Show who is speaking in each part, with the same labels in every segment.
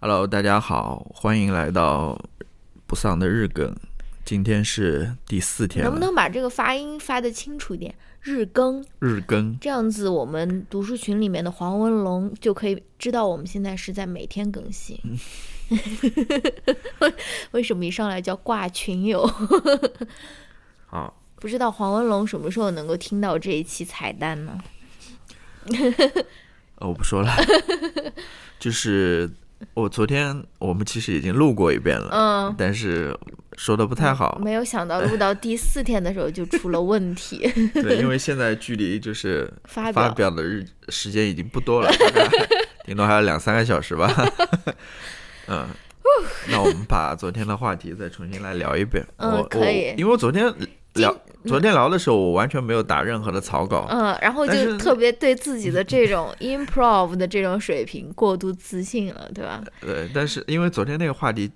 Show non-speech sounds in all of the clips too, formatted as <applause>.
Speaker 1: Hello，大家好，欢迎来到不丧的日更。今天是第四天了，
Speaker 2: 能不能把这个发音发得清楚点？日更，
Speaker 1: 日更？
Speaker 2: 这样子我们读书群里面的黄文龙就可以知道我们现在是在每天更新。
Speaker 1: 嗯
Speaker 2: <laughs> 为什么一上来叫挂群友？ <laughs>
Speaker 1: 好，
Speaker 2: 不知道黄文龙什么时候能够听到这一期彩蛋呢？
Speaker 1: 呃，我不
Speaker 2: <laughs>
Speaker 1: 说了。就是我昨天我们其实已经录过一遍了，
Speaker 2: 嗯，
Speaker 1: 但是说的不太好，
Speaker 2: 没有想到录到第四天的时候就出了问题， <laughs>
Speaker 1: 对，因为现在距离就是
Speaker 2: 发
Speaker 1: 发表
Speaker 2: 表
Speaker 1: 的日时间已经不
Speaker 2: <laughs>
Speaker 1: 多了，大概顶多还有两三个小时吧。 <laughs> 嗯，那我们把昨天的话题再重新来聊一遍。
Speaker 2: 嗯
Speaker 1: 我
Speaker 2: 可以
Speaker 1: 我因为我昨天聊
Speaker 2: 今
Speaker 1: 昨天聊的时候，我完全没有打任何的草稿。
Speaker 2: 嗯，然后
Speaker 1: 但是
Speaker 2: 就特别对自
Speaker 1: <laughs>
Speaker 2: 己的这种 improv 的这种水平过度自信了，对吧？
Speaker 1: 对，呃但是因为昨天那个话题，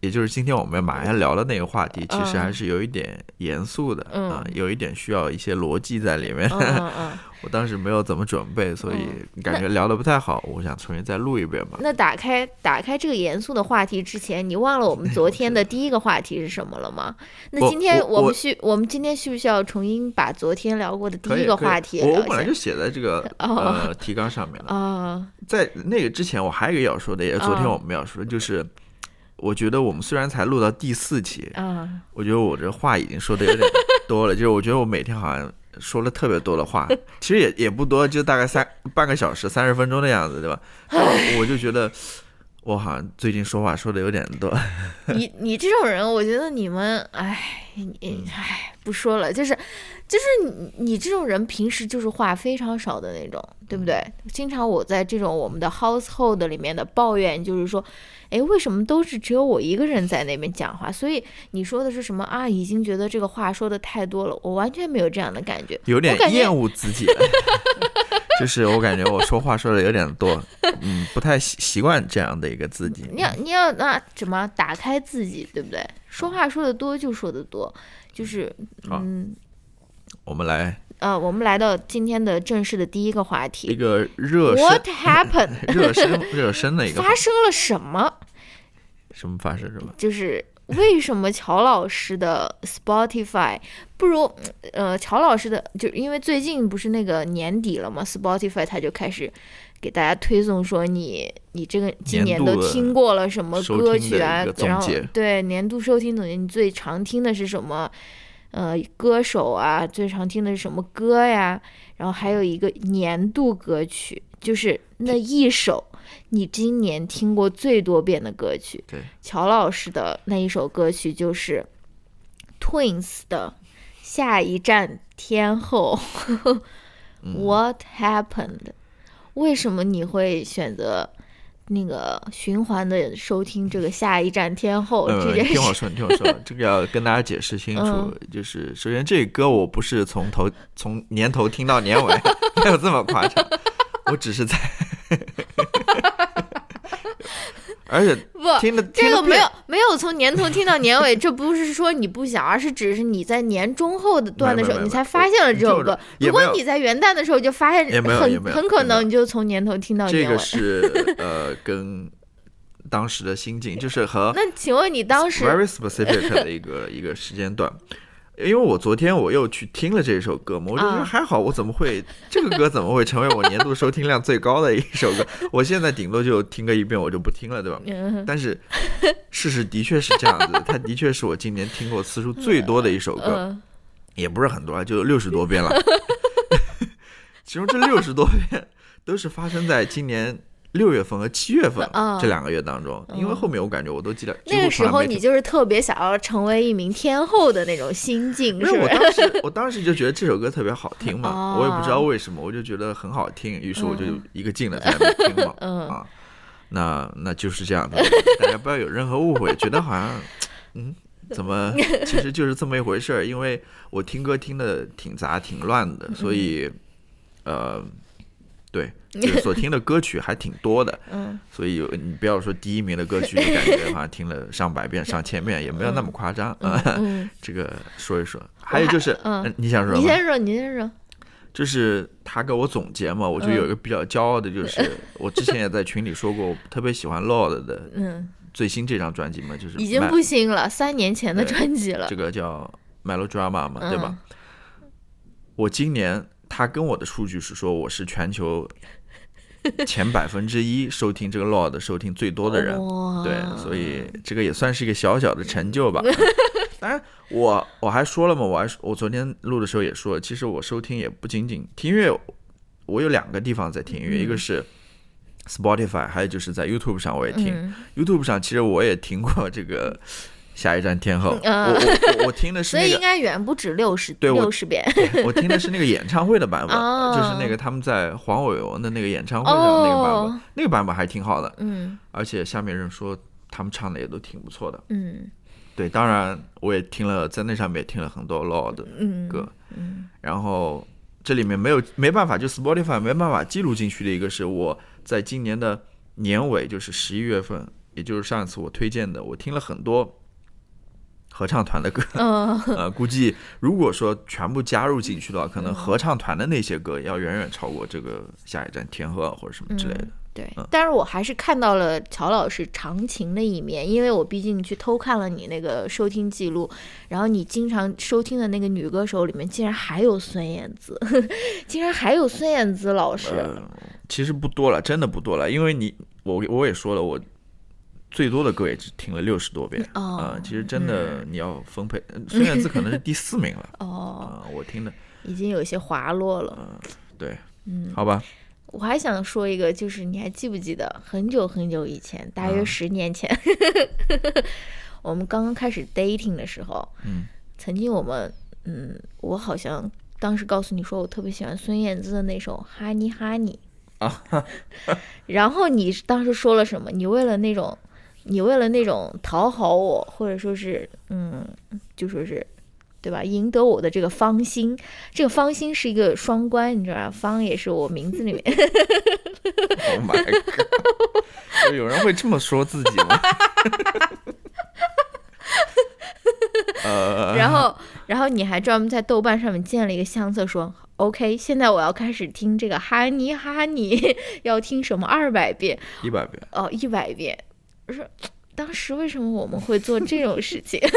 Speaker 1: 也就是今天我们马上要聊的那个话题，其实
Speaker 2: 嗯
Speaker 1: 还是有一点严肃的，
Speaker 2: 嗯
Speaker 1: 啊有一点需要一些逻辑在里面。
Speaker 2: 嗯嗯嗯。
Speaker 1: 我当时没有怎么准备，所以感觉聊的不太好，我想重新再录一遍吧。
Speaker 2: 那打开打开这个严肃的话题之前，你忘了我们昨天的第一个话题是什么了吗？那
Speaker 1: 我
Speaker 2: 今天
Speaker 1: 我
Speaker 2: 我
Speaker 1: 我
Speaker 2: 们需我们今天需不需要重新把昨天聊过的第
Speaker 1: 可
Speaker 2: 一
Speaker 1: 以
Speaker 2: 个
Speaker 1: 可以
Speaker 2: 话题哦
Speaker 1: 我我
Speaker 2: 聊一
Speaker 1: 本来
Speaker 2: 下
Speaker 1: 就？写在这
Speaker 2: <laughs>
Speaker 1: 个呃提纲上面了。
Speaker 2: 啊，
Speaker 1: 在那个之前，我还有一个要说的，也是昨天
Speaker 2: 哦
Speaker 1: 我们要说的，就是我觉得我们虽然才录到第四期，
Speaker 2: 啊，
Speaker 1: 我觉得我这话已经说的有点多了， <laughs> 就是我觉得我每天好像说了特别多的
Speaker 2: <laughs>
Speaker 1: 话，其实也也不多，就大概三半个小时、三十分钟的样子，对吧？但我我就觉得我好像最近说话说的有点多， <laughs>
Speaker 2: 你你这种人，我觉得你们，哎，你哎，不说了，就是就是你你这种人，平时就是话非常少的那种，对不对？经常我在这种我们的 household 里面的抱怨，就是说，哎，为什么都是只有我一个人在那边讲话？所以你说的是什么啊？已经觉得这个话说的太多了，我完全没有这样的感觉。
Speaker 1: 有点
Speaker 2: 我感觉
Speaker 1: 厌恶自己了。 <laughs> 就是我感觉我说话说的有点多，嗯，不太习习惯这样的一个自己。
Speaker 2: 你要你要那怎么打开自己，对不对？说话说的多就说的多，就是
Speaker 1: 好
Speaker 2: 嗯。
Speaker 1: 我们来
Speaker 2: 呃，我们来到今天的正式的第一个话
Speaker 1: 一
Speaker 2: 题
Speaker 1: 个热身、
Speaker 2: ，What happened？
Speaker 1: 热
Speaker 2: <laughs>
Speaker 1: 身、热身的一个
Speaker 2: 发生了什么？
Speaker 1: 什么发生什么？
Speaker 2: 就是为什么乔老师的 Spotify 不如呃乔老师的，就因为最近不是那个年底了嘛，Spotify 他就开始给大家推送说你你这个今
Speaker 1: 年
Speaker 2: 年
Speaker 1: 度
Speaker 2: 都
Speaker 1: 的
Speaker 2: 听过了什么
Speaker 1: 收
Speaker 2: 歌
Speaker 1: 听
Speaker 2: 曲
Speaker 1: 的
Speaker 2: 啊
Speaker 1: 一个，总
Speaker 2: 然后
Speaker 1: 结
Speaker 2: 对年度收听总结，你最常听的是什么？呃，歌手啊，最常听的是什么歌呀？然后还有一个年度歌曲，就是那一首你今年听过最多遍的歌曲。
Speaker 1: 对，
Speaker 2: 乔老师的那一首歌曲就是 Twins 的《下一站天后》，What
Speaker 1: 嗯
Speaker 2: <laughs> happened？为什么你会选择那个循环的收听这个《下一站天后》
Speaker 1: 嗯，
Speaker 2: 这件
Speaker 1: 听我
Speaker 2: 事？
Speaker 1: 说，你听我说，
Speaker 2: <laughs>
Speaker 1: 这个要跟大家解释清楚
Speaker 2: 嗯。
Speaker 1: 就是首先，这歌我不是从头 <laughs> 从年头听到年
Speaker 2: <laughs>
Speaker 1: 尾，没有这么夸张，我只是在，而且
Speaker 2: 不，
Speaker 1: 听的
Speaker 2: 这
Speaker 1: 听
Speaker 2: 个
Speaker 1: 得
Speaker 2: 没
Speaker 1: 遍
Speaker 2: 有没有从年头听到年尾，这不是说你不想，而是只是你在年中后的段的时
Speaker 1: 没
Speaker 2: 候，
Speaker 1: 没
Speaker 2: 你
Speaker 1: 没
Speaker 2: 才发现了这
Speaker 1: 我
Speaker 2: 首歌。
Speaker 1: 也
Speaker 2: 如果
Speaker 1: 没有
Speaker 2: 你在元旦的时候就发现
Speaker 1: 也，没有也
Speaker 2: 很
Speaker 1: 没有
Speaker 2: 很可
Speaker 1: 也没有
Speaker 2: 能你就从年头听到
Speaker 1: 这
Speaker 2: 年尾
Speaker 1: 个。是呃跟当时的心境，就是和
Speaker 2: 那请问你当时
Speaker 1: very specific 的一个一个时间段。因为我昨天我又去听了这首歌嘛，我就觉得
Speaker 2: 啊
Speaker 1: 还好，我怎么会、这个歌怎么会成为我年度收听量最高的一首歌？我现在顶多就听个一遍，我就不听了，对吧？
Speaker 2: 嗯
Speaker 1: 但是事实的确是这样子的，它的确是我今年听过次数最多的一首歌。
Speaker 2: 嗯
Speaker 1: 也不是很多啊，就六十多遍了。 <laughs> 其中这六十多遍都是发生在今年六月份和七月份
Speaker 2: 啊
Speaker 1: 这两个月当中，因为
Speaker 2: 嗯
Speaker 1: 后面我感觉我都记得
Speaker 2: 那个时候
Speaker 1: 几乎从来
Speaker 2: 你。
Speaker 1: 没听
Speaker 2: 就是特别想要成为一名天后的那种心境，
Speaker 1: 没
Speaker 2: 是
Speaker 1: 有，
Speaker 2: <laughs> 不
Speaker 1: 我
Speaker 2: 是？
Speaker 1: 当时我当时就觉得这首歌特别好听嘛，
Speaker 2: 哦
Speaker 1: 我也不知道为什么，我就觉得很好听，于是我就一个劲的在那边听嘛，
Speaker 2: <laughs> 嗯
Speaker 1: 啊，那那就是这样的，大家不要有任何误会，觉得好像，嗯，怎么其实就是这么一回事儿，因为我听歌听的挺杂挺乱的，所以，呃，对，就是所听的歌曲还挺多的，
Speaker 2: <laughs> 嗯，
Speaker 1: 所以有你不要说第一名的歌曲，你感觉好像听了上百遍、上千遍，也没有那么夸张。 <laughs>
Speaker 2: 嗯，
Speaker 1: 这个说一说，还有就是，
Speaker 2: 嗯
Speaker 1: 呃，你想说
Speaker 2: 你
Speaker 1: 吗？
Speaker 2: 先说，你先说。
Speaker 1: 就是他给我总结嘛，我就有一个比较骄傲的，就是、
Speaker 2: 嗯
Speaker 1: <laughs> 我之前也在群里说过，我特别喜欢 Lord 的
Speaker 2: 嗯，
Speaker 1: 最新这张专辑嘛，就是
Speaker 2: <laughs> 已经
Speaker 1: 麦
Speaker 2: 不新了，三年前的
Speaker 1: 对
Speaker 2: 专辑了
Speaker 1: 这。个叫 Melodrama 嘛，
Speaker 2: 嗯
Speaker 1: 对吧？我今年他跟我的数据是说我是全球前百分之一收听这个 Lord 收听最多的人，
Speaker 2: 哇
Speaker 1: 对，所以这个也算是一个小小的成就
Speaker 2: <laughs>
Speaker 1: 吧。嗯当然，我我还说了嘛，我还说我昨天录的时候也说，其实我收听也不仅仅听音乐，我有两个地方在听
Speaker 2: 嗯
Speaker 1: 音乐，一个是 Spotify，还有就是在 YouTube 上我也听。
Speaker 2: 嗯
Speaker 1: YouTube 上其实我也听过这个《下一站天后》
Speaker 2: 嗯
Speaker 1: 我我我我听的是
Speaker 2: <laughs> 所
Speaker 1: 那
Speaker 2: 以应
Speaker 1: 个，
Speaker 2: 该远不止六十
Speaker 1: 对我
Speaker 2: 六十遍
Speaker 1: <laughs> 我听的是那个演唱会的版本，
Speaker 2: 哦
Speaker 1: 就是那个他们在黄伟文的那个演唱会上那个版本，
Speaker 2: 哦
Speaker 1: 那个版本还挺好的，
Speaker 2: 嗯
Speaker 1: 而且下面人说他们唱的也都挺不错的。
Speaker 2: 嗯
Speaker 1: 对，当然我也听了，在那上面也听了很多 Lord 的
Speaker 2: 嗯，
Speaker 1: 歌，然后这里面没有没办法，就 Spotify 没办法记录进去的一个是我在今年的年尾，就是十一月份，也就是上一次我推荐的，我听了很多合唱团的歌，
Speaker 2: 嗯，
Speaker 1: 呃，估计如果说全部加入进去的话，可能合唱团的那些歌要远远超过这个下一站天河啊或者什么之类的。
Speaker 2: 对
Speaker 1: 嗯，
Speaker 2: 但是我还是看到了乔老师长情的一面，因为我毕竟去偷看了你那个收听记录，然后你经常收听的那个女歌手里面竟然还有孙燕姿， <laughs> 竟然还有孙燕姿老师，
Speaker 1: 呃，其实不多了，真的不多了，因为你我我也说了，我最多的歌也只听了六十多遍啊、
Speaker 2: 哦嗯
Speaker 1: 呃其实真的你要分配，呃孙燕姿可能是第四名了
Speaker 2: <laughs> 哦，
Speaker 1: 啊、我听的
Speaker 2: 已经有些滑落了。
Speaker 1: 对，嗯，好
Speaker 2: <laughs>
Speaker 1: 吧，
Speaker 2: 我还想说一个，就是你还记不记得很久很久以前，大约十年前， <laughs> 我们刚刚开始 dating 的时候，
Speaker 1: 嗯，
Speaker 2: 曾经我们，嗯，我好像当时告诉你说我特别喜欢孙燕姿的那首《哈尼哈尼》啊， <laughs> 然后你当时说了什么？你为了那种，你为了那种讨好我，或者说是，嗯，就说是。对吧？赢得我的这个芳心，这个芳心是一个双关，你知道吧？芳也是我名字里面
Speaker 1: Oh my god！就有人会这么说自己吗？ <laughs> 呃，嗯
Speaker 2: 然后，然后你还专门在豆瓣上面建了一个相册说，OK，现在我要开始听这个哈尼哈尼， <laughs> 要听什么二百遍
Speaker 1: 一百遍，
Speaker 2: 哦，一百遍。我说，当时为什么我们会做这种事
Speaker 1: <laughs>
Speaker 2: 情？
Speaker 1: 后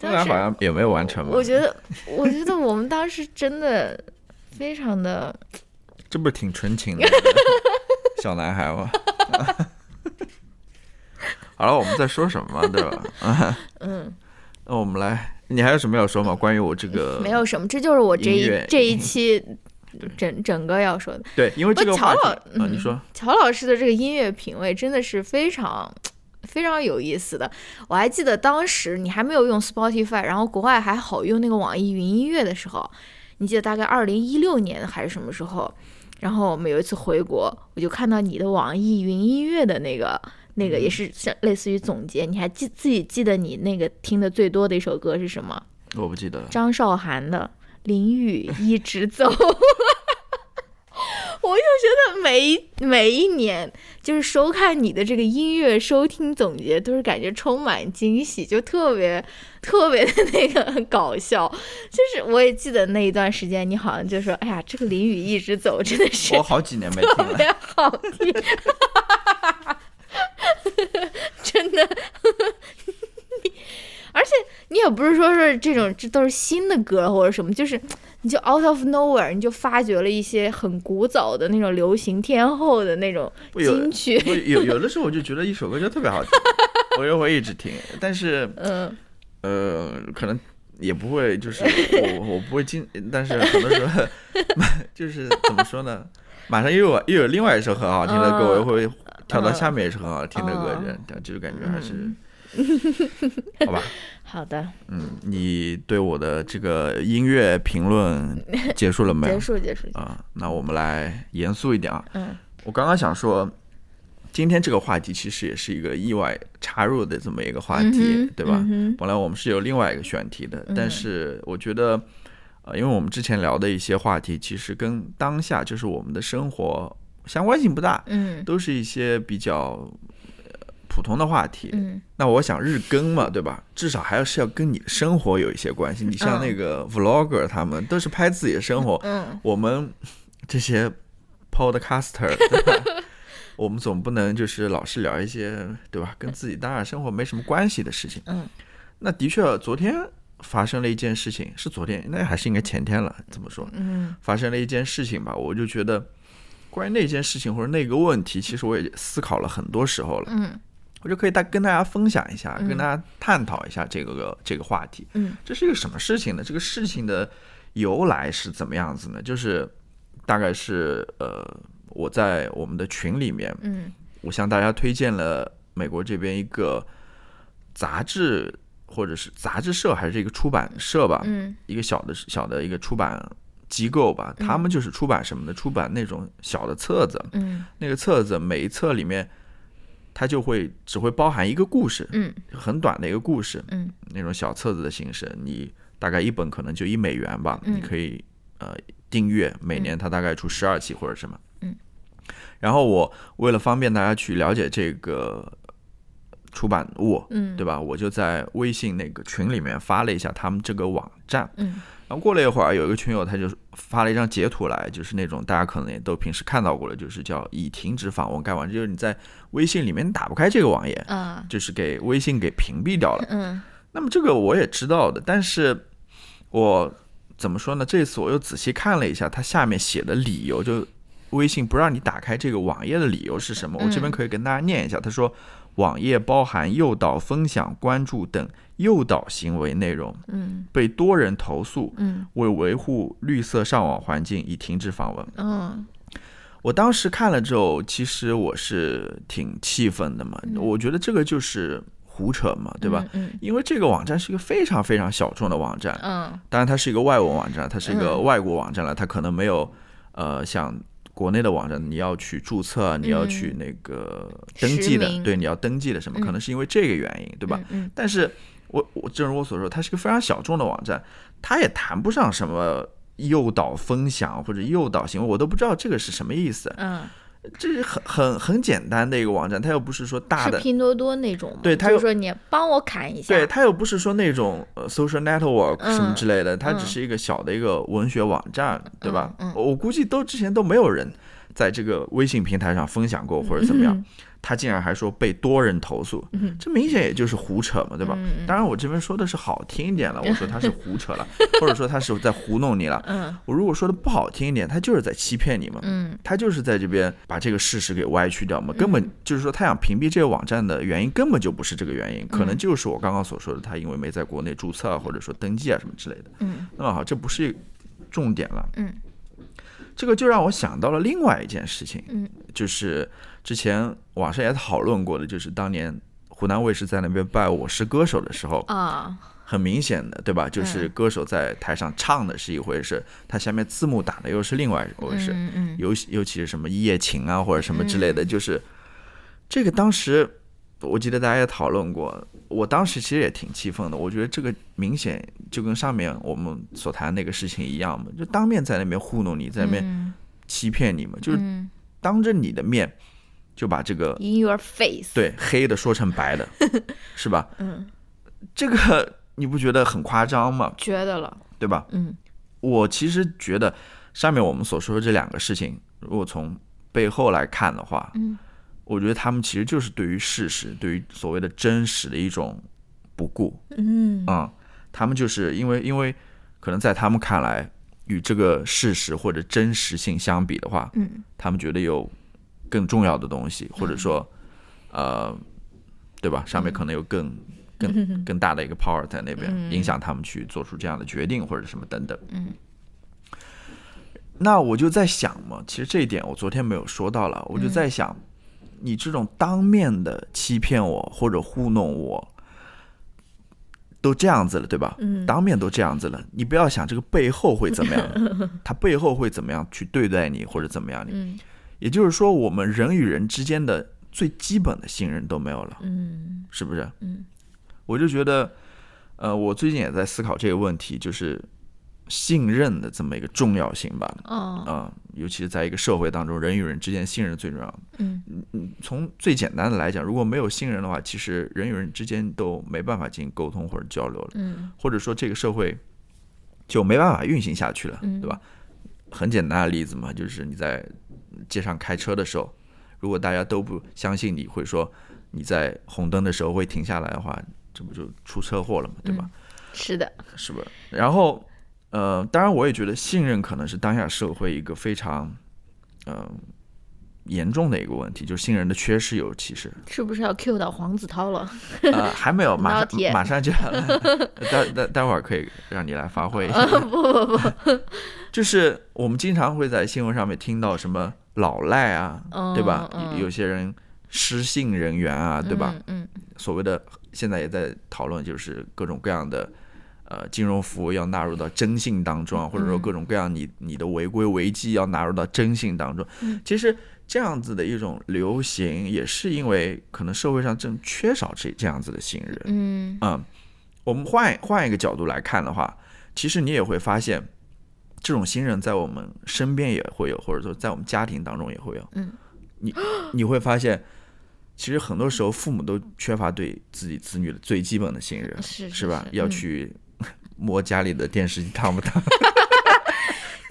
Speaker 2: 当
Speaker 1: 来
Speaker 2: 时
Speaker 1: 好像也没有完成吧？
Speaker 2: 我觉得，我觉得我们当时真的非常的，
Speaker 1: 这不是挺纯情
Speaker 2: <laughs>
Speaker 1: 的小男孩吗？ <laughs> 好了，我们在说什
Speaker 2: <laughs>
Speaker 1: 么，对吧？
Speaker 2: 嗯，
Speaker 1: <laughs> 那我们来，你还有什么要说吗？关于我这个
Speaker 2: 没有什么，这就是我这
Speaker 1: 音
Speaker 2: 一
Speaker 1: 乐
Speaker 2: 这一期整整个要说的。
Speaker 1: 对，因为这个
Speaker 2: 不乔
Speaker 1: 话题
Speaker 2: 老嗯
Speaker 1: 啊、你说
Speaker 2: 乔老师的这个音乐品味真的是非常非常有意思的。我还记得当时你还没有用 Spotify，然后国外还好用那个网易云音乐的时候，你记得大概二零一六年还是什么时候？然后我们有一次回国，我就看到你的网易云音乐的那个那个也是像类似于总结，你还记自己记得你那个听的最多的一首歌是什么？
Speaker 1: 我不记得了，
Speaker 2: 张韶涵的《淋雨一直走》， <laughs> 我就觉得每一每一年就是收看你的这个音乐收听总结，都是感觉充满惊喜，就特别 <laughs> 特别的那个搞笑。就是我也记得那一段时间，你好像就说：“哎呀，这个《淋雨一直走》真的是
Speaker 1: 我好几年没听
Speaker 2: 特
Speaker 1: 了。
Speaker 2: <laughs> 别好听，真的。而且你也不是说是这种，这都是新的歌或者什么，就是你就 out of nowhere，你就发掘了一些很古早的那种流行天后的那种
Speaker 1: 不有
Speaker 2: 金曲。
Speaker 1: 我有有的时候我就觉得一首歌就特别好听，我就会一直听，但是
Speaker 2: 嗯，
Speaker 1: 呃，可能也不会，就是我我不会经，但是很多时候 <laughs> 就是怎么说呢，马上又有又有另外一首很好听的歌，我又会跳到下面一首很好听的歌，这样这种感觉还是好吧。
Speaker 2: 好的，
Speaker 1: 嗯，你对我的这个音乐评论结束了没有
Speaker 2: 结？束结束。
Speaker 1: 啊，那我们来严肃一点啊。
Speaker 2: 嗯，
Speaker 1: 我刚刚想说，今天这个话题其实也是一个意外插入的这么一个话
Speaker 2: 嗯
Speaker 1: 题，
Speaker 2: 哼
Speaker 1: 对吧？
Speaker 2: 嗯
Speaker 1: 本来我们是有另外一个选题的，但是我觉得，呃，因为我们之前聊的一些话题，其实跟当下就是我们的生活相关性不大，
Speaker 2: 嗯
Speaker 1: 都是一些比较呃普通的话题，
Speaker 2: 嗯
Speaker 1: 那我想日更嘛，对吧？至少还要是要跟你的生活有一些关系。你像那个 vlogger 他们都是拍自己的生活，
Speaker 2: 嗯，
Speaker 1: 我们这些 podcaster，对 <laughs> 吧我们总不能就是老是聊一些对吧，跟自己当然生活没什么关系的事情。
Speaker 2: 嗯，
Speaker 1: 那的确，昨天发生了一件事情，是昨天，那还是应该前天了。怎么说？
Speaker 2: 嗯，
Speaker 1: 发生了一件事情吧，我就觉得关于那件事情或者那个问题，其实我也思考了很多时候了。
Speaker 2: 嗯，
Speaker 1: 我就可以大跟大家分享一下，
Speaker 2: 嗯
Speaker 1: 跟大家探讨一下这个个这个话题。
Speaker 2: 嗯，
Speaker 1: 这是一个什么事情呢？这个事情的由来是怎么样子呢？就是大概是呃，我在我们的群里面，
Speaker 2: 嗯，
Speaker 1: 我向大家推荐了美国这边一个杂志或者是杂志社还是一个出版社吧，
Speaker 2: 嗯，
Speaker 1: 一个小的小的一个出版机构吧，他们就是出版什么的，出版那种小的册子，
Speaker 2: 嗯，
Speaker 1: 那个册子每一册里面，它就会只会包含一个故事，
Speaker 2: 嗯，
Speaker 1: 很短的一个故事，
Speaker 2: 嗯，
Speaker 1: 那种小册子的形式，你大概一本可能就一美元吧，
Speaker 2: 嗯
Speaker 1: 你可以呃订阅，每年它大概出十二期或者什么，
Speaker 2: 嗯，
Speaker 1: 然后我为了方便大家去了解这个出版物，
Speaker 2: 嗯，
Speaker 1: 对
Speaker 2: 吧？
Speaker 1: 吧？我就在微信那个群里面发了一下他们这个网站，
Speaker 2: 嗯，
Speaker 1: 然后过了一会儿，有一个群友他就发了一张截图来，就是那种大家可能也都平时看到过了，就是叫已停止访问该网，就是你在微信里面你打不开这个网页，
Speaker 2: 啊，
Speaker 1: 就是给微信给屏蔽
Speaker 2: <laughs>
Speaker 1: 掉了。
Speaker 2: 嗯，
Speaker 1: 那么这个我也知道的，但是我怎么说呢？这次我又仔细看了一下，它下面写的理由，就微信不让你打开这个网页的理由是什么？
Speaker 2: 嗯
Speaker 1: 我这边可以跟大家念一下，他说。网页包含诱导、分享、关注等诱导行为内容，
Speaker 2: 嗯，
Speaker 1: 被多人投诉，
Speaker 2: 嗯，
Speaker 1: 为维护绿色上网环境已停止访问。
Speaker 2: 嗯，
Speaker 1: 我当时看了之后，其实我是挺气愤的嘛，我觉得这个就是胡扯嘛，对吧？？
Speaker 2: 嗯，
Speaker 1: 因为这个网站是一个非常非常小众的网站，
Speaker 2: 嗯，
Speaker 1: 当然它是一个外文网站，它是一个
Speaker 2: 嗯
Speaker 1: 外国网站了，它可能没有呃像国内的网站，你要去注册，你要去那个登记的
Speaker 2: 嗯实，名
Speaker 1: 对，你要登记的什么，
Speaker 2: 嗯
Speaker 1: 可能是因为这个原因，对吧？？
Speaker 2: 嗯，
Speaker 1: 但是我我正如我所说，它是一个非常小众的网站，它也谈不上什么诱导分享或者诱导行为，我都不知道这个是什么意思。
Speaker 2: 嗯，
Speaker 1: 这是很很很简单的一个网站，它又不是说大
Speaker 2: 是
Speaker 1: 的，
Speaker 2: 拼多多那种吗？
Speaker 1: 对他
Speaker 2: 就
Speaker 1: 有
Speaker 2: 是说你帮我砍一下。
Speaker 1: 对，它又不是说那种呃 social network
Speaker 2: 嗯
Speaker 1: 什么之类的，它只
Speaker 2: 嗯
Speaker 1: 是一个小的一个文学网站，对吧？
Speaker 2: 嗯嗯
Speaker 1: 我我估计都之前都没有人在这个微信平台上分享过或者怎么样，
Speaker 2: 嗯
Speaker 1: <laughs> 他竟然还说被多人投诉，
Speaker 2: 嗯
Speaker 1: 这明显也就是胡扯嘛，对吧？
Speaker 2: 嗯嗯
Speaker 1: 当然我这边说的是好听一点了，我说他是胡扯了，或者说他是在糊弄你了。
Speaker 2: 嗯
Speaker 1: 我如果说的不好听一点，他就是在欺骗你嘛。
Speaker 2: 嗯
Speaker 1: 他就是在这边把这个事实给歪曲掉嘛，根本就是说他想屏蔽这个网站的原因根本就不是这个原因，
Speaker 2: 嗯
Speaker 1: 可能就是我刚刚所说的他因为没在国内注册啊或者说登记啊什么之类的。
Speaker 2: 嗯
Speaker 1: 那么好，这不是重点了，
Speaker 2: 嗯
Speaker 1: 这个就让我想到了另外一件事情，
Speaker 2: 嗯，
Speaker 1: 就是之前网上也讨论过的，就是当年。湖南卫视在那边办《我是歌手》的时候，
Speaker 2: 啊，
Speaker 1: 很明显的，对吧？就是
Speaker 2: 嗯
Speaker 1: 歌手在台上唱的是一回事，他下面字幕打的又是另外一回事。
Speaker 2: 嗯嗯
Speaker 1: 尤其尤其是什么一夜情啊或者什么之类的，就是这个当时我记得大家也讨论过，我当时其实也挺气愤的，我觉得这个明显就跟上面我们所谈那个事情一样嘛，就当面在那边糊弄你，在那边
Speaker 2: 嗯
Speaker 1: 欺骗你嘛，就是
Speaker 2: 嗯
Speaker 1: 当着你的面就把这
Speaker 2: <laughs>
Speaker 1: 个
Speaker 2: ，In your face。，
Speaker 1: 对黑的说成
Speaker 2: <laughs>
Speaker 1: 白的，是吧？
Speaker 2: 嗯，
Speaker 1: 这个你不觉得很夸张吗？
Speaker 2: 觉得了。
Speaker 1: 对吧？
Speaker 2: 嗯
Speaker 1: 我其实觉得上面我们所说的这两个事情，如果从背后来看的话，
Speaker 2: 嗯，
Speaker 1: 我觉得他们其实就是对于事实、对于所谓的真实的一种不顾
Speaker 2: 嗯
Speaker 1: 啊、嗯他们就是因为因为可能在他们看来，与这个事实或者真实性相比的话，
Speaker 2: 嗯
Speaker 1: 他们觉得有更重要的东西，或者说，呃，对吧？上面可能有
Speaker 2: 嗯
Speaker 1: 更
Speaker 2: <laughs>
Speaker 1: 更更大的一个 power 在那边，影响他们去做出这样的决定或者什么等等。
Speaker 2: 嗯。
Speaker 1: 那我就在想嘛，其实这一点我昨天没有说到了，我就
Speaker 2: 嗯
Speaker 1: 在想，你这种当面的欺骗我或者糊弄我，都这样子了，对吧？
Speaker 2: 嗯
Speaker 1: 当面都这样子了，你不要想这个背后会怎么样，他背后会怎么样去对待你或者怎么样你。
Speaker 2: 嗯
Speaker 1: 也就是说，我们人与人之间的最基本的信任都没有了，
Speaker 2: 嗯
Speaker 1: 是不是？
Speaker 2: 嗯，
Speaker 1: 我就觉得，呃，我最近也在思考这个问题，就是信任的这么一个重要性吧。
Speaker 2: 哦，
Speaker 1: 嗯，尤其是在一个社会当中，人与人之间信任最重要。
Speaker 2: 嗯
Speaker 1: 嗯，从最简单的来讲，如果没有信任的话，其实人与人之间都没办法进行沟通或者交流了，
Speaker 2: 嗯
Speaker 1: 或者说这个社会就没办法运行下去了，
Speaker 2: 嗯
Speaker 1: 对吧？很简单的例子嘛，就是你在街上开车的时候，如果大家都不相信你会说你在红灯的时候会停下来的话，这不就出车祸了嘛，对吧？
Speaker 2: 是的，
Speaker 1: 是不是？然后，呃，当然我也觉得信任可能是当下社会一个非常，嗯、严重的一个问题，就是信任的缺失有其实，
Speaker 2: 是不是要 Q 到黄子韬了？
Speaker 1: 呃，还没有，马
Speaker 2: <laughs> 老
Speaker 1: 上
Speaker 2: 铁
Speaker 1: 马上就要来，待待待会儿可以让你来发挥一下。
Speaker 2: 啊不不不，
Speaker 1: 就是我们经常会在新闻上面听到什么老赖啊，
Speaker 2: 嗯
Speaker 1: 对吧？
Speaker 2: 嗯
Speaker 1: 有有些人失信人员啊，对吧？？
Speaker 2: 嗯
Speaker 1: 所谓的现在也在讨论，就是各种各样的呃金融服务要纳入到征信当中啊，或者说各种各样你你的违规违纪要纳入到征信当中。其实这样子的一种流行，也是因为可能社会上正缺少这这样子的信任。
Speaker 2: 嗯
Speaker 1: 嗯，我们换换一个角度来看的话，其实你也会发现，这种新人在我们身边也会有，或者说在我们家庭当中也会有。
Speaker 2: 嗯，
Speaker 1: 你你会发现，其实很多时候父母都缺乏对自己子女的最基本的信任
Speaker 2: 嗯，，是
Speaker 1: 是吧？
Speaker 2: 是
Speaker 1: 要
Speaker 2: 嗯
Speaker 1: 去摸家里的电视机烫不
Speaker 2: <laughs>
Speaker 1: 烫？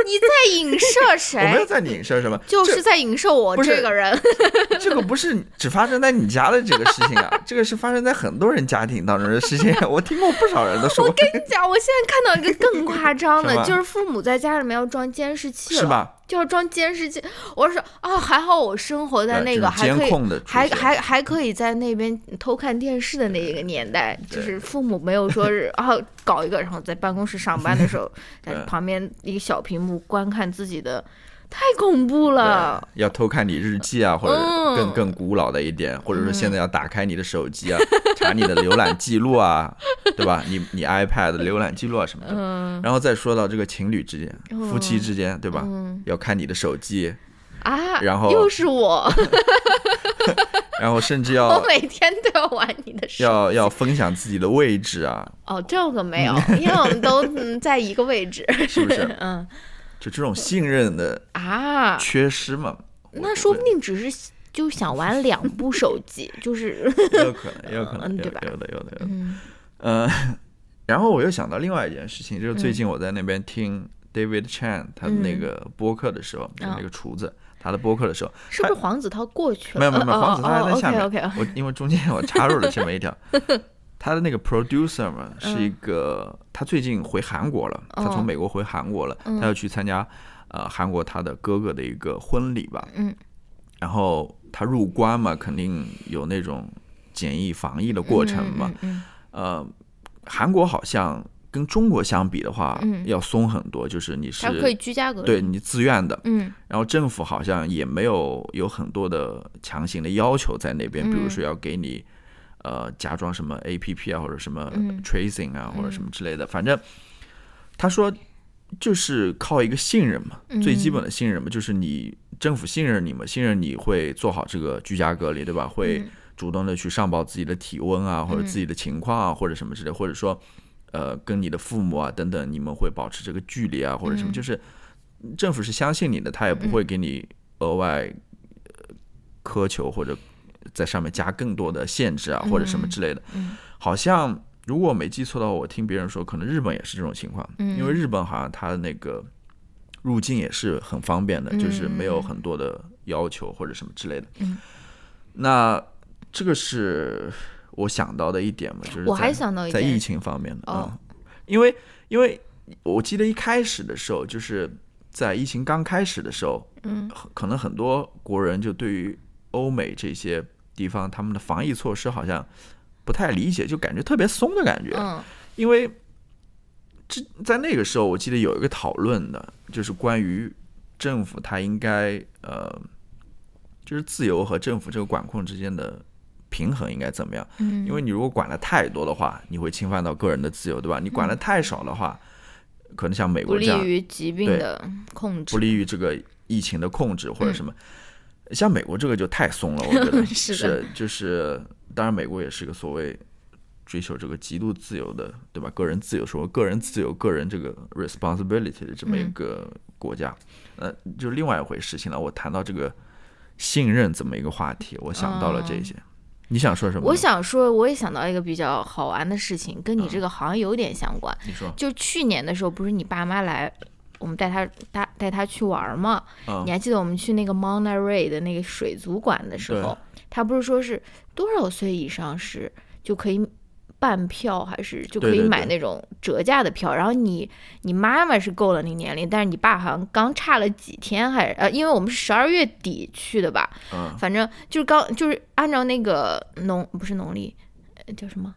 Speaker 2: 你在影射
Speaker 1: 我没有
Speaker 2: 谁？
Speaker 1: 在影射什么，
Speaker 2: 哎 <laughs> 就是在影射我
Speaker 1: 不是
Speaker 2: 这个人。 <laughs>
Speaker 1: 这这个不是只发生在你家的这个事情啊，这个是发生在很多人家庭当中的事情。啊我听过不少人都说过，
Speaker 2: 跟你讲，我现在看到一个更夸张
Speaker 1: <laughs> 是
Speaker 2: 的，
Speaker 1: 吧
Speaker 2: 就是父母在家里面要装监视器了，
Speaker 1: 是吧？
Speaker 2: 就要装监视器。我说啊，还好我生活在
Speaker 1: 对
Speaker 2: 那
Speaker 1: 这
Speaker 2: 个
Speaker 1: 种
Speaker 2: 还
Speaker 1: 监
Speaker 2: 可以
Speaker 1: 控的出
Speaker 2: 还
Speaker 1: 现
Speaker 2: 还还可以在那边偷看电视的那一个年代，就
Speaker 1: 对
Speaker 2: 是父母没有说
Speaker 1: <laughs>
Speaker 2: 是啊搞一个，然后在办公室上班的时候，在
Speaker 1: 对
Speaker 2: 旁边一个小屏幕观看自己的，太恐怖了。
Speaker 1: 对，要偷看你日记啊，或者
Speaker 2: 嗯
Speaker 1: 更更古老的一点，或者说现在要打开你的手机啊， <laughs> 查你的浏览记录啊，对吧？你你 iPad 的浏览记录啊什么的。
Speaker 2: 嗯
Speaker 1: 然后再说到这个情侣之间、夫妻之间，对吧？
Speaker 2: 嗯
Speaker 1: 要看你的手机，
Speaker 2: 啊，
Speaker 1: 然后
Speaker 2: 又是我，
Speaker 1: 然后甚至要
Speaker 2: <laughs> 我每天都要玩你的手。
Speaker 1: 哦要要分享自己的位置啊，
Speaker 2: 哦，这
Speaker 1: <laughs>
Speaker 2: 个没有，因为我们都嗯在一个位置。
Speaker 1: 是不是？
Speaker 2: <laughs> 嗯
Speaker 1: 就这种信任的
Speaker 2: 啊，
Speaker 1: 缺失嘛。我
Speaker 2: 那
Speaker 1: 觉
Speaker 2: 说
Speaker 1: 得
Speaker 2: 不定只是就想玩两部手机，就是 <laughs>
Speaker 1: 也有可能，也有可能，
Speaker 2: 嗯
Speaker 1: 有
Speaker 2: 对吧
Speaker 1: 有的，有的，有的。
Speaker 2: 嗯
Speaker 1: 嗯，然后我又想到另外一件事情，就是
Speaker 2: 嗯
Speaker 1: 最近我在那边听 David Chan 他的那个播客的时候，就
Speaker 2: 哦
Speaker 1: 那个厨子他的播客的时候，
Speaker 2: 是不是黄子韬过去了？哦
Speaker 1: 没有没有没有，黄子韬还在下面，
Speaker 2: OK OK，
Speaker 1: 我因为中间我插入了这么
Speaker 2: <laughs>
Speaker 1: 一条。他的那个 producer 嘛，是一个，他最近回韩国了，他
Speaker 2: 嗯哦嗯
Speaker 1: 从美国回韩国了，他要去参加呃韩国他的哥哥的一个婚礼吧，
Speaker 2: 嗯，
Speaker 1: 然后他入关嘛，肯定有那种检疫防疫的过程嘛，
Speaker 2: 嗯嗯
Speaker 1: 呃，韩国好像跟中国相比的话，
Speaker 2: 嗯
Speaker 1: 要松很多，就是你是
Speaker 2: 它可以居家隔离。
Speaker 1: 对，你自愿的，
Speaker 2: 嗯
Speaker 1: 然后政府好像也没有有很多的强行的要求在那边，
Speaker 2: 嗯
Speaker 1: 比如说要给你呃加装什么 A P P 啊，或者什么
Speaker 2: 嗯
Speaker 1: tracing 啊，或者什么之类的，反正他说。就是靠一个信任嘛，
Speaker 2: 嗯
Speaker 1: 最基本的信任嘛，就是你政府信任你嘛，信任你会做好这个居家隔离，对吧？会主动的去上报自己的体温啊，或者自己的情况啊，或者什么之类，或者说，呃，跟你的父母啊等等，你们会保持这个距离啊，或者什么，就是政府是相信你的，他也不会给你额外呃苛求或者在上面加更多的限制啊，或者什么之类的。好像如果我没记错的话，我听别人说，可能日本也是这种情况，
Speaker 2: 嗯
Speaker 1: 因为日本好像它的那个入境也是很方便
Speaker 2: 嗯
Speaker 1: 的，就是没有很多的要求或者什么之类的。那这个是我想到的一点嘛，就是
Speaker 2: 我还
Speaker 1: 在
Speaker 2: 想到一
Speaker 1: 在
Speaker 2: 件
Speaker 1: 疫情方面的
Speaker 2: 哦
Speaker 1: 啊、嗯因为因为我记得一开始的时候，就是在疫情刚开始的时候，嗯，可能很多国人就对于欧美这些地方他们的防疫措施好像不太理解，就感觉特别松的感觉，
Speaker 2: 嗯
Speaker 1: 因为这在那个时候，我记得有一个讨论的，就是关于政府它应该呃，就是自由和政府这个管控之间的平衡应该怎么样？
Speaker 2: 嗯，
Speaker 1: 因为你如果管的太多的话，你会侵犯到个人的自由，对吧？你管的太少的话，可能像美
Speaker 2: 嗯不
Speaker 1: 国这
Speaker 2: 利
Speaker 1: 样
Speaker 2: 于疾病的控制。
Speaker 1: 不利于这个疫情的控制或者什么。像美国这个就太松了，我觉得
Speaker 2: 嗯 <laughs> 是的
Speaker 1: 是就是当然美国也是个所谓追求这个极度自由的，对吧？个人自由，说个人自由、个人这个 responsibility 的这么一
Speaker 2: 嗯
Speaker 1: 个国家，呃，就另外一回事情了。我谈到这个信任这么一个话题，我想到了这
Speaker 2: 哦
Speaker 1: 些。你想说什么呢？
Speaker 2: 我想说，我也想到一个比较好玩的事情，跟你
Speaker 1: 嗯
Speaker 2: 这个好像有点相关。
Speaker 1: 你说，
Speaker 2: 就去年的时候，不是你爸妈来，我们带他带带他去玩儿嘛？
Speaker 1: 嗯
Speaker 2: 你还记得我们去那个 Monterey 的那个水族馆的时候，他不是说是多少岁以上是就可以办票，还是就可
Speaker 1: 对
Speaker 2: 以
Speaker 1: 对对
Speaker 2: 买那种折价的票？然后你你妈妈是够了那年龄，但是你爸好像刚差了几天，还是呃，因为我们是十二月底去的吧，
Speaker 1: 嗯，
Speaker 2: 反正就是刚就是按照那个农不是农历，呃叫
Speaker 1: <laughs>
Speaker 2: 什么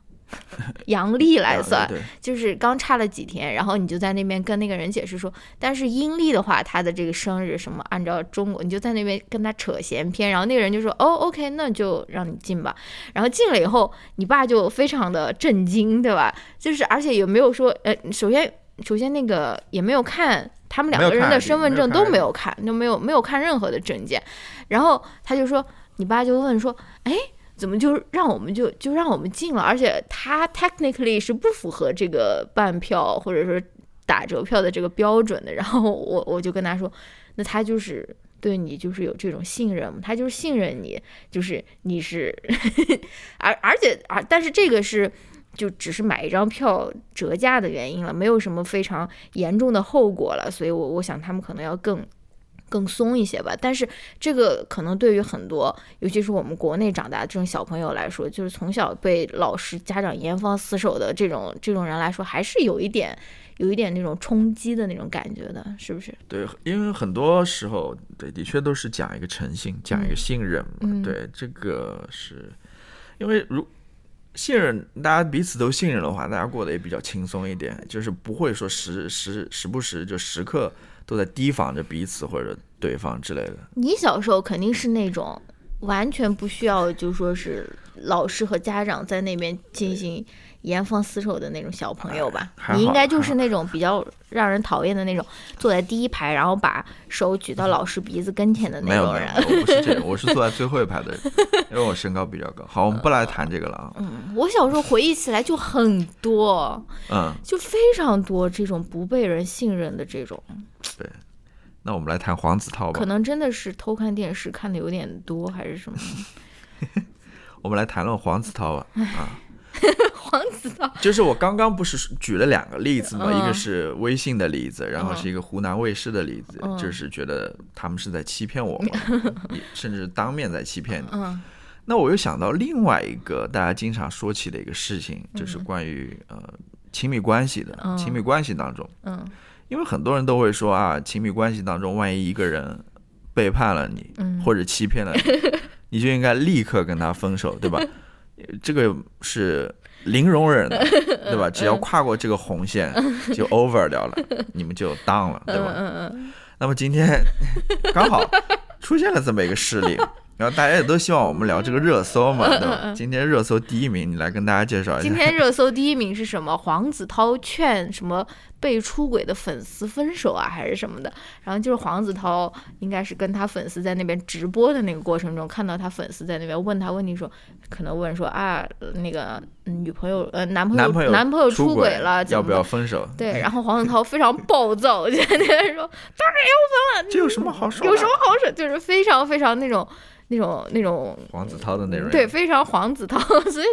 Speaker 2: 阳历来
Speaker 1: 啊
Speaker 2: 算，
Speaker 1: 对
Speaker 2: 就是刚差了几天，然后你就在那边跟那个人解释说，但是阴历的话，他的这个生日什么，按照中国，你就在那边跟他扯闲篇，然后那个人就说，哦，OK，那就让你进吧。然后进了以后，你爸就非常的震惊，对吧？就是而且也没有说，呃，首先首先那个也没有看他们两
Speaker 1: 没有
Speaker 2: 个人
Speaker 1: 看
Speaker 2: 的
Speaker 1: ID，
Speaker 2: 身份证
Speaker 1: 没有看
Speaker 2: 都没有看，都没有没有看任何的证件，然后他就说，你爸就问说，哎。怎么就让我们就就让我们进了？而且他 technically 是不符合这个半票或者说打折票的这个标准的。然后我我就跟他说，那他就是对你就是有这种信任嘛，他就是信任你，就是你是， <laughs> 而而且而但是这个是。就只是买一张票折价的原因了，没有什么非常严重的后果了，所以我我想他们可能要更更松一些吧。但是这个可能对于很多，尤其是我们国内长大的这种小朋友来说，就是从小被老师、家长严防死守的这种这种人来说，还是有一点有一点那种冲击的那种感觉的，是不是？
Speaker 1: 对，因为很多时候，对，的确都是讲一个诚信，讲一个信任嘛。
Speaker 2: 嗯
Speaker 1: 对，这个是因为如信任，大家彼此都信任的话，大家过得也比较轻松一点，就是不会说时时时不时就时刻都在提防着彼此或者对方之类的。
Speaker 2: 你小时候肯定是那种完全不需要，就说是老师和家长在那边进行严防死守的那种小朋友吧
Speaker 1: 哎还？好
Speaker 2: 你应该就是那种比较让人讨厌的那种，坐在第一排，然后把手举到老师鼻子跟前的
Speaker 1: 没
Speaker 2: 那
Speaker 1: 有
Speaker 2: 种
Speaker 1: 没有，
Speaker 2: 人。
Speaker 1: 没有我不是这种，我是坐在最后一
Speaker 2: <laughs>
Speaker 1: 排的人，因为我身高比较高。好，我们不来谈这个了啊。
Speaker 2: 我小时候回忆起来就很多，
Speaker 1: 嗯，
Speaker 2: 就非常多这种不被人信任的这种，
Speaker 1: 那我们来谈黄子韬吧
Speaker 2: 可。能真的是偷看电视看的有点多，还是什么？
Speaker 1: 我们来谈论黄子韬吧。啊。
Speaker 2: <laughs> 黄子韬，
Speaker 1: 就是我刚刚不是举了两个例子嘛，
Speaker 2: 嗯
Speaker 1: 一个是微信的例子，然后是一个湖南卫视的例子，
Speaker 2: 嗯
Speaker 1: 就是觉得他们是在欺骗
Speaker 2: <laughs>
Speaker 1: 我嘛，也甚至当面在欺骗你。
Speaker 2: 嗯
Speaker 1: 那我又想到另外一个大家经常说起的一个事情，就是关于呃亲密关系的，
Speaker 2: 嗯
Speaker 1: 亲密关系当中，
Speaker 2: 嗯
Speaker 1: 因为很多人都会说啊，亲密关系当中，万一一个人背叛了你，
Speaker 2: 嗯
Speaker 1: 或者欺骗了你，
Speaker 2: <laughs>
Speaker 1: 你就应该立刻跟他分手，对吧？这个是零容忍的，对
Speaker 2: 嗯
Speaker 1: 吧？只要跨过这个红线， <laughs> 就 over 掉了，你们就 down 了，对
Speaker 2: 嗯
Speaker 1: 吧？
Speaker 2: 嗯嗯，
Speaker 1: 那么今天刚好出现了这么一个事例，然后大家也都希望我们聊这个热搜嘛，对吧？今天热搜第一名，你来跟大家介绍一
Speaker 2: 嗯今
Speaker 1: 下。
Speaker 2: 天热搜第一名是什么？ <laughs> 黄子韬劝什么被出轨的粉丝分手啊，还是什么的？然后就是黄子韬应该是跟他粉丝在那边直播的那个过程中，看到他粉丝在那边问他问题说，可能问说啊，那个嗯女朋友呃男朋友
Speaker 1: 男朋友
Speaker 2: 友
Speaker 1: 出
Speaker 2: 出轨了，怎
Speaker 1: 要
Speaker 2: 么
Speaker 1: 不要分手？
Speaker 2: 对，然后黄子韬非常暴躁，就
Speaker 1: <laughs>
Speaker 2: 在那边说：“当然要分了，
Speaker 1: 这有什么好说的？
Speaker 2: 嗯有什么好说？”就是非常非常那种那种那种，
Speaker 1: 黄子韬的内容？
Speaker 2: 嗯对，非常黄子韬。 <laughs> 所以，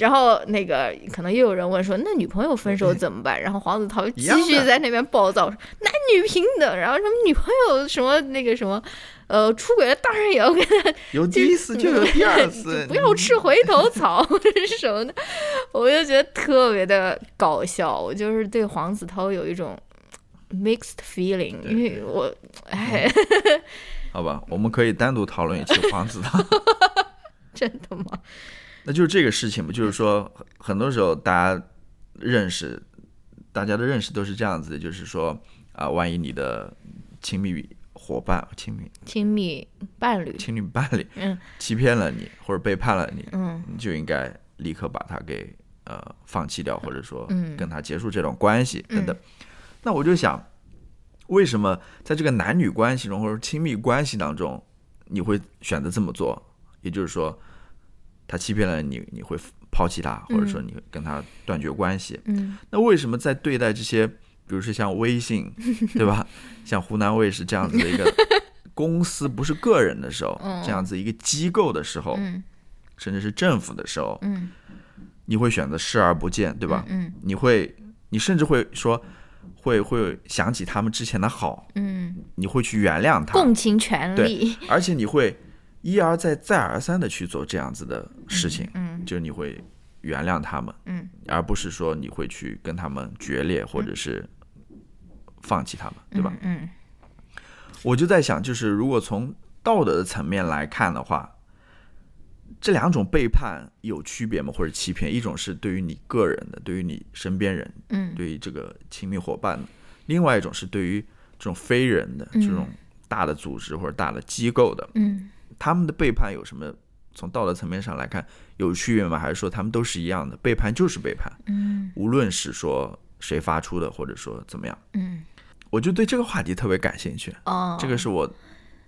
Speaker 2: 然后那个可能又有人问说：“那女朋友分手怎么办？”然后黄子韬
Speaker 1: 一
Speaker 2: 继
Speaker 1: 样
Speaker 2: 续
Speaker 1: 的
Speaker 2: 在那边暴躁，说男女平等，然后什么女朋友什么那个什么。呃，出轨了当然也要跟 <laughs> 他
Speaker 1: 有第一次就有第二次，
Speaker 2: <laughs> 不要吃回头草或者是什么的，我就觉得特别的搞笑。我就是对黄子韬有一种 mixed feeling，
Speaker 1: 对
Speaker 2: 因为我哎，
Speaker 1: 好吧，我们可以单独讨论一期黄子韬。
Speaker 2: 真的吗？
Speaker 1: 那就是这个事情嘛，就是说，很多时候大家认识，大家的认识都是这样子的，就是说啊、万一你的亲密伙伴、亲密
Speaker 2: 亲密伴侣，
Speaker 1: 亲密伴侣
Speaker 2: 嗯
Speaker 1: 欺骗了你，或者背叛了你，
Speaker 2: 嗯
Speaker 1: 你就应该立刻把他给呃放弃掉，或者说
Speaker 2: 嗯
Speaker 1: 跟他结束这种关系等等。那我就想，为什么在这个男女关系中或者亲密关系当中，你会选择这么做？也就是说，他欺骗了你，你会抛弃他，或者说
Speaker 2: 嗯
Speaker 1: 你跟他断绝关系。
Speaker 2: 嗯
Speaker 1: 那为什么在对待这些，比如说像微信， <laughs> 对吧？像湖南卫视这样子的一
Speaker 2: <laughs>
Speaker 1: 个公司，不是个人的时候，这样子一个机构的时候，
Speaker 2: 嗯
Speaker 1: 甚至是政府的时候，
Speaker 2: 嗯，
Speaker 1: 你会选择视而不见，对吧？
Speaker 2: 嗯
Speaker 1: 你会，你甚至会说，会会想起他们之前的好，
Speaker 2: 嗯，
Speaker 1: 你会去原谅他，
Speaker 2: 共情权利，
Speaker 1: 而且你会一而再、再而三的去做这样子的事情，
Speaker 2: 嗯
Speaker 1: 就是你会原谅他们，
Speaker 2: 嗯
Speaker 1: 而不是说你会去跟他们决裂或者是放弃他们，对吧？
Speaker 2: 嗯
Speaker 1: 我就在想，就是如果从道德的层面来看的话，这两种背叛有区别吗？或者欺骗？一种是对于你个人的，对于你身边人，
Speaker 2: 嗯
Speaker 1: 对于这个亲密伙伴的；另外一种是对于这种非人的、这种大的组织或者大的机构的，
Speaker 2: 嗯
Speaker 1: 他们的背叛有什么？从道德层面上来看，有区别吗？还是说他们都是一样的？背叛就是背叛，
Speaker 2: 嗯
Speaker 1: 无论是说谁发出的，或者说怎么样，
Speaker 2: 嗯，
Speaker 1: 我就对这个话题特别感兴趣。
Speaker 2: 哦，
Speaker 1: 这个是我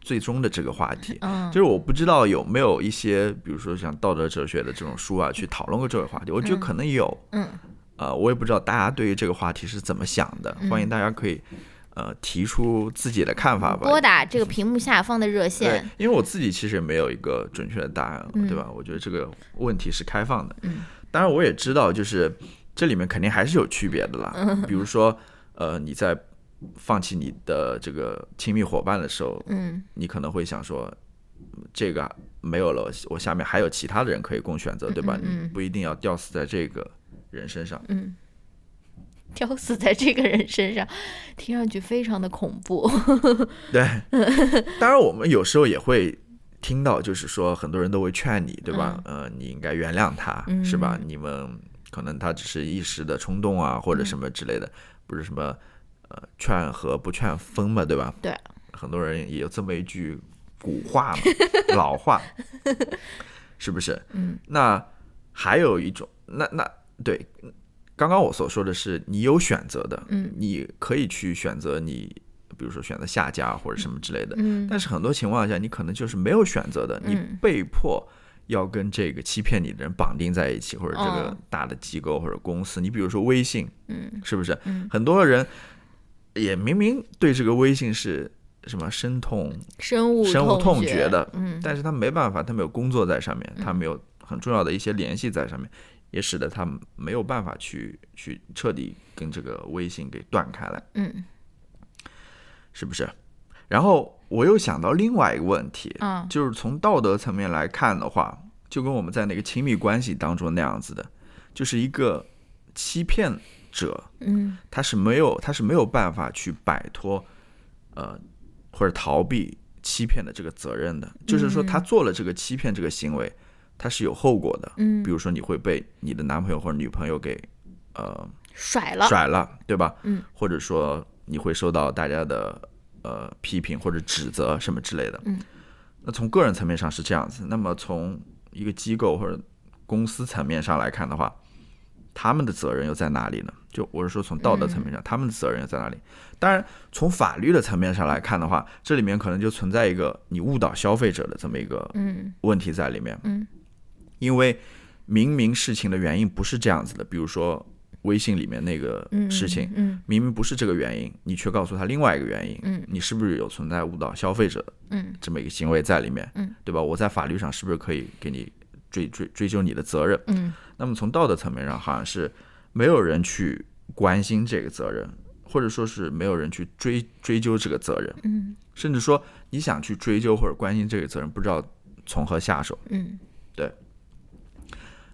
Speaker 1: 最终的这个话题。
Speaker 2: 嗯
Speaker 1: 就是我不知道有没有一些，比如说像道德哲学的这种书啊，去讨论过这个话题。我觉得可能有，
Speaker 2: 嗯
Speaker 1: 呃，我也不知道大家对于这个话题是怎么想的。欢
Speaker 2: 嗯
Speaker 1: 迎大家可以，呃，提出自己的看法吧嗯
Speaker 2: 拨。打这个屏幕下方的热
Speaker 1: 对
Speaker 2: 线，，嗯
Speaker 1: 因为我自己其实也没有一个准确的答案，对吧？我觉得这个问题是开放的。当然，我也知道，就是这里面肯定还是有区别
Speaker 2: <laughs>
Speaker 1: 的啦。比如说，呃，你在放弃你的这个亲密伙伴的时候，
Speaker 2: 嗯
Speaker 1: 你可能会想说，嗯这个没有了，我下面还有其他的人可以供选择，对吧？
Speaker 2: 嗯嗯
Speaker 1: 你不一定要吊死在这个人身上。
Speaker 2: 嗯。吊死在这个人身上，听上去非常的恐怖。 <laughs>
Speaker 1: <laughs> 对，当然我们有时候也会听到，就是说很多人都会劝你，对吧？
Speaker 2: 嗯
Speaker 1: 呃，你应该原谅他，是吧？你们可能他只是一时的冲动啊，或者什么之类的，不是什么呃劝和不劝分嘛，对吧？
Speaker 2: 对，
Speaker 1: 很多人也有这么一句古话嘛，老
Speaker 2: <laughs>
Speaker 1: 话，是不是？
Speaker 2: 嗯，
Speaker 1: 那还有一种，那那对，刚刚我所说的是你有选择的，
Speaker 2: 嗯，
Speaker 1: 你可以去选择你，比如说选择下家或者什么之类的，
Speaker 2: 嗯
Speaker 1: 但是很多情况下你可能就是没有选择的，你
Speaker 2: 嗯
Speaker 1: 被迫。要跟这个欺骗你的人绑定在一起，或者这个
Speaker 2: 哦
Speaker 1: 大的机构或者公司，你比如说微信，
Speaker 2: 嗯
Speaker 1: 是不是？
Speaker 2: 嗯，
Speaker 1: 很多人也明明对这个微信是什么深痛，
Speaker 2: 深恶
Speaker 1: 深恶痛
Speaker 2: 痛
Speaker 1: 绝的
Speaker 2: 嗯
Speaker 1: 但是他没办法，他没有工作在上面，他没有很重要的一些联系在上面，也使得他没有办法去去彻底跟这个微信给断开来，
Speaker 2: 嗯
Speaker 1: 是不是？然后我又想到另外一个问题，
Speaker 2: 啊
Speaker 1: 就是从道德层面来看的话，就跟我们在那个亲密关系当中那样子的，就是一个欺骗者，
Speaker 2: 嗯
Speaker 1: 他是没有他是没有办法去摆脱，呃，或者逃避欺骗的这个责任的。就是说，他做了这个欺骗这个行为，他是有后果的。
Speaker 2: 嗯
Speaker 1: 比，如说，你会被你的男朋友或者女朋友给呃
Speaker 2: 甩了，
Speaker 1: 甩了，对吧？
Speaker 2: 嗯。
Speaker 1: 或者说，你会受到大家的呃批评或者指责什么之类的。
Speaker 2: 嗯。
Speaker 1: 那从个人层面上是这样子，那么从一个机构或者公司层面上来看的话，他们的责任又在哪里呢？就我是说，从道德层
Speaker 2: 嗯
Speaker 1: 面上，他们的责任又在哪里？当然，从法律的层面上来看的话，这里面可能就存在一个你误导消费者的这么一个
Speaker 2: 嗯
Speaker 1: 问题在里面。
Speaker 2: 嗯，
Speaker 1: 因为明明事情的原因不是这样子的，比如说微信里面那个
Speaker 2: 嗯
Speaker 1: 事情，
Speaker 2: 嗯
Speaker 1: 明明不是这个原因，你却告诉他另外一个原因，
Speaker 2: 嗯
Speaker 1: 你是不是有存在误导消费者
Speaker 2: 嗯
Speaker 1: 这么一个行为在里面？
Speaker 2: 嗯，
Speaker 1: 对吧？我在法律上是不是可以给你追追追究你的责任？
Speaker 2: 嗯
Speaker 1: 那么从道德层面上，好像是没有人去关心这个责任，或者说是没有人去追追究这个责任，
Speaker 2: 嗯
Speaker 1: 甚至说你想去追究或者关心这个责任，不知道从何下手。
Speaker 2: 嗯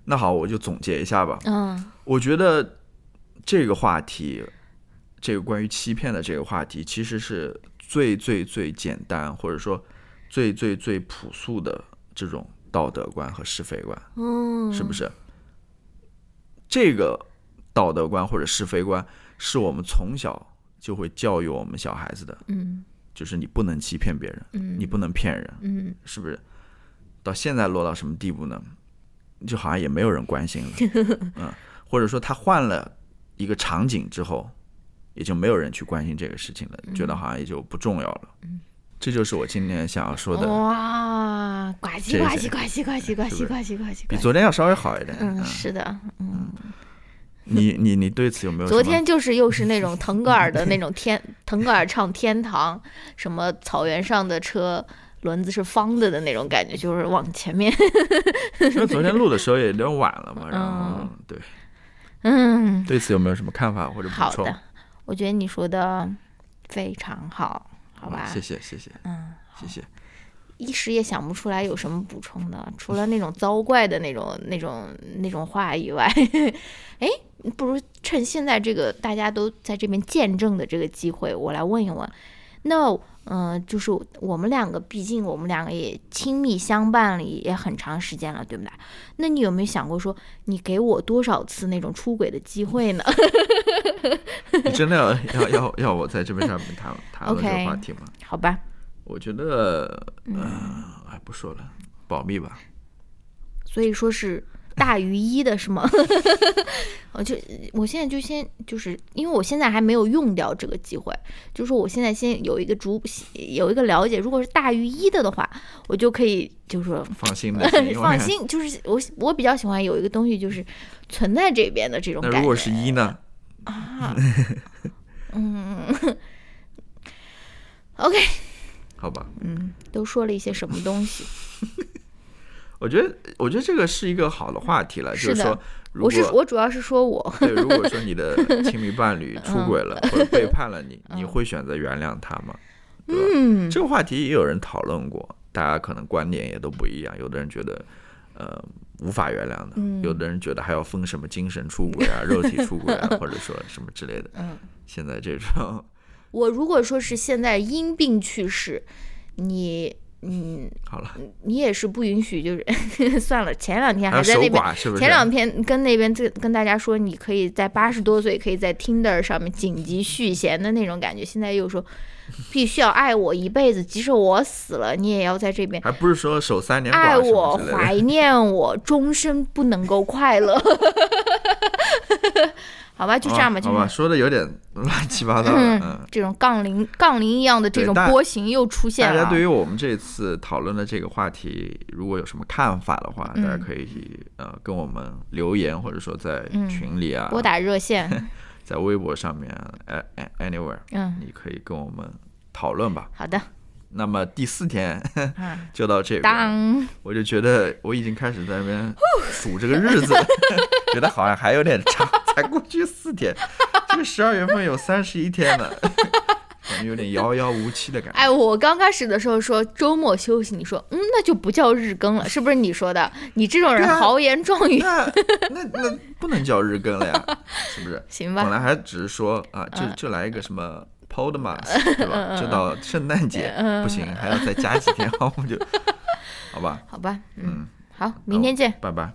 Speaker 1: 那好，我就总结一下吧。
Speaker 2: 嗯
Speaker 1: 我觉得这个话题，这个关于欺骗的这个话题，其实是最最最简单，或者说最最最朴素的这种道德观和是非观，
Speaker 2: 嗯，
Speaker 1: 是不是？这个道德观或者是非观，是我们从小就会教育我们小孩子的，
Speaker 2: 嗯
Speaker 1: 就是你不能欺骗别人，
Speaker 2: 嗯
Speaker 1: 你不能骗人，
Speaker 2: 嗯
Speaker 1: 是不是？到现在落到什么地步呢？就好像也没有人关心
Speaker 2: <laughs>
Speaker 1: 了，嗯，或者说他换了一个场
Speaker 2: 嗯
Speaker 1: 景之后，也就没有人去关心这个事情了，觉得好像也就不重要了。这就是我今天想要说的，
Speaker 2: 哦哇，呱唧
Speaker 1: 这
Speaker 2: 呱
Speaker 1: 是
Speaker 2: 唧呱唧呱唧呱
Speaker 1: 是不
Speaker 2: 唧
Speaker 1: 是
Speaker 2: 呱唧呱唧呱
Speaker 1: 比
Speaker 2: 唧。
Speaker 1: 昨天要稍微好一点。
Speaker 2: 嗯，
Speaker 1: 啊
Speaker 2: 是的，嗯，
Speaker 1: 你你你对此有没有什
Speaker 2: 昨
Speaker 1: 么？
Speaker 2: 天就是又是那种腾格尔的那种
Speaker 1: <laughs>
Speaker 2: 天，腾格尔唱《天堂》，什么草原上的车轮子是方的的那种感觉，就是往前面， <laughs>
Speaker 1: 因为昨天录的时候也有点晚了嘛，然后对
Speaker 2: 嗯，
Speaker 1: 对此有没有什么看法或者补
Speaker 2: 好
Speaker 1: 充？
Speaker 2: 的，我觉得你说的非常好，好吧？
Speaker 1: 谢谢谢谢
Speaker 2: 嗯，
Speaker 1: 谢谢。
Speaker 2: 一时也想不出来有什么补充的，除了那种糟怪的那种、那种、那种话以外， <laughs> 哎，不如趁现在这个大家都在这边见证的这个机会，我来问一问。那嗯、呃就是我们两个，毕竟我们两个也亲密相伴了也很长时间了，对不对？那你有没有想过说，你给我多少次那种出轨的机会呢？ <laughs>
Speaker 1: 你真的要要要要我在这边上面谈谈论这个
Speaker 2: OK
Speaker 1: 话题吗？
Speaker 2: 好吧，
Speaker 1: 我觉得，嗯，哎，不说了，保密吧。
Speaker 2: 所以说是大于一的是吗？ <laughs> 我就我现在就先就是因为我现在还没有用掉这个机会，就是说我现在先有一个逐有一个了解，如果是大于一的的话，我就可以就是说
Speaker 1: 放心
Speaker 2: <laughs>
Speaker 1: 的，因为
Speaker 2: 放。心，就是我我比较喜欢有一个东西就是存在这边的这种
Speaker 1: <laughs> 那
Speaker 2: 感
Speaker 1: 如
Speaker 2: 觉。
Speaker 1: 果是一呢？
Speaker 2: OK， <laughs>
Speaker 1: 好吧，
Speaker 2: 嗯，都说了一些什么东西？
Speaker 1: 我觉得，我觉得这个是一个好的话题了，
Speaker 2: 是
Speaker 1: 就是
Speaker 2: 的
Speaker 1: 说，如
Speaker 2: 我是
Speaker 1: 果啊
Speaker 2: 我主要是说我
Speaker 1: 对，如果说你
Speaker 2: <laughs>
Speaker 1: 的亲密伴侣出
Speaker 2: 嗯
Speaker 1: 轨了或者背叛了你，你会选择原谅他吗？嗯，这个话题也有人讨论过，大家可能观点也都不一样，有的人觉得，呃。无法原谅
Speaker 2: 嗯
Speaker 1: 的，有的人觉得还要分什么精神出轨啊、肉体出轨
Speaker 2: <laughs>
Speaker 1: 啊，或者说什么之类的。
Speaker 2: 嗯，
Speaker 1: 现在这种
Speaker 2: 我如果说是现在因病去世，你嗯。
Speaker 1: 好了，
Speaker 2: 你也是不允许，就是 <laughs> 算了。前两天
Speaker 1: 还有
Speaker 2: 还在
Speaker 1: 守
Speaker 2: 那边，
Speaker 1: 寡是不是？
Speaker 2: 前两天跟那边这跟大家说，你可以在八十多岁可以在 Tinder 上面紧急续弦的那种感觉，现在又说必须要爱我一辈子，即使我死了，你也要在这边
Speaker 1: 还不是说守三年寡
Speaker 2: 爱
Speaker 1: 什么
Speaker 2: 哎我、
Speaker 1: 之类的
Speaker 2: 怀念我， <laughs> 终身不能够快乐。 <laughs> 好吧，就这样吧，
Speaker 1: 哦
Speaker 2: 就
Speaker 1: 好吧，
Speaker 2: 是
Speaker 1: 说的有点 <laughs> 乱七八糟了，
Speaker 2: <clears throat>
Speaker 1: 嗯。
Speaker 2: 这种杠铃杠铃一样的这
Speaker 1: 对
Speaker 2: 种
Speaker 1: 大
Speaker 2: 波形又出现
Speaker 1: 大
Speaker 2: 了
Speaker 1: 家
Speaker 2: 啊。
Speaker 1: 对于我们这次讨论的这个话题，如果有什么看法的话，
Speaker 2: 嗯
Speaker 1: 大家可以呃跟我们留言，或者说在群里啊，
Speaker 2: 嗯拨打
Speaker 1: <laughs>
Speaker 2: 热线，
Speaker 1: 在微博上面啊哎哎 anywhere，
Speaker 2: 嗯，
Speaker 1: 你可以跟我们讨论吧。
Speaker 2: 好的，
Speaker 1: 那么第四天
Speaker 2: 啊，
Speaker 1: <laughs> 就到这边，
Speaker 2: 当。
Speaker 1: 我就觉得我已经开始在那边数这个日子，觉得好像还有点长， <laughs> 才过去四天，这个十二月份有三十一天了，感觉有点遥遥无期的感觉。
Speaker 2: 哎，我刚开始的时候说周末休息，你说嗯，那就不叫日更了，是不是你说的？你这种人
Speaker 1: 对啊
Speaker 2: 豪言壮
Speaker 1: <laughs>
Speaker 2: 语，
Speaker 1: 那那那不能叫日更了呀，是不是？
Speaker 2: 行
Speaker 1: 本
Speaker 2: 吧？
Speaker 1: 来还只是说啊，就就来一个什么 Podmas，对吧？就到圣诞节不行， <laughs> 还要再加几天，然后我们就，好吧，
Speaker 2: 好吧，嗯，
Speaker 1: 嗯，
Speaker 2: 好，明天见。
Speaker 1: 拜拜。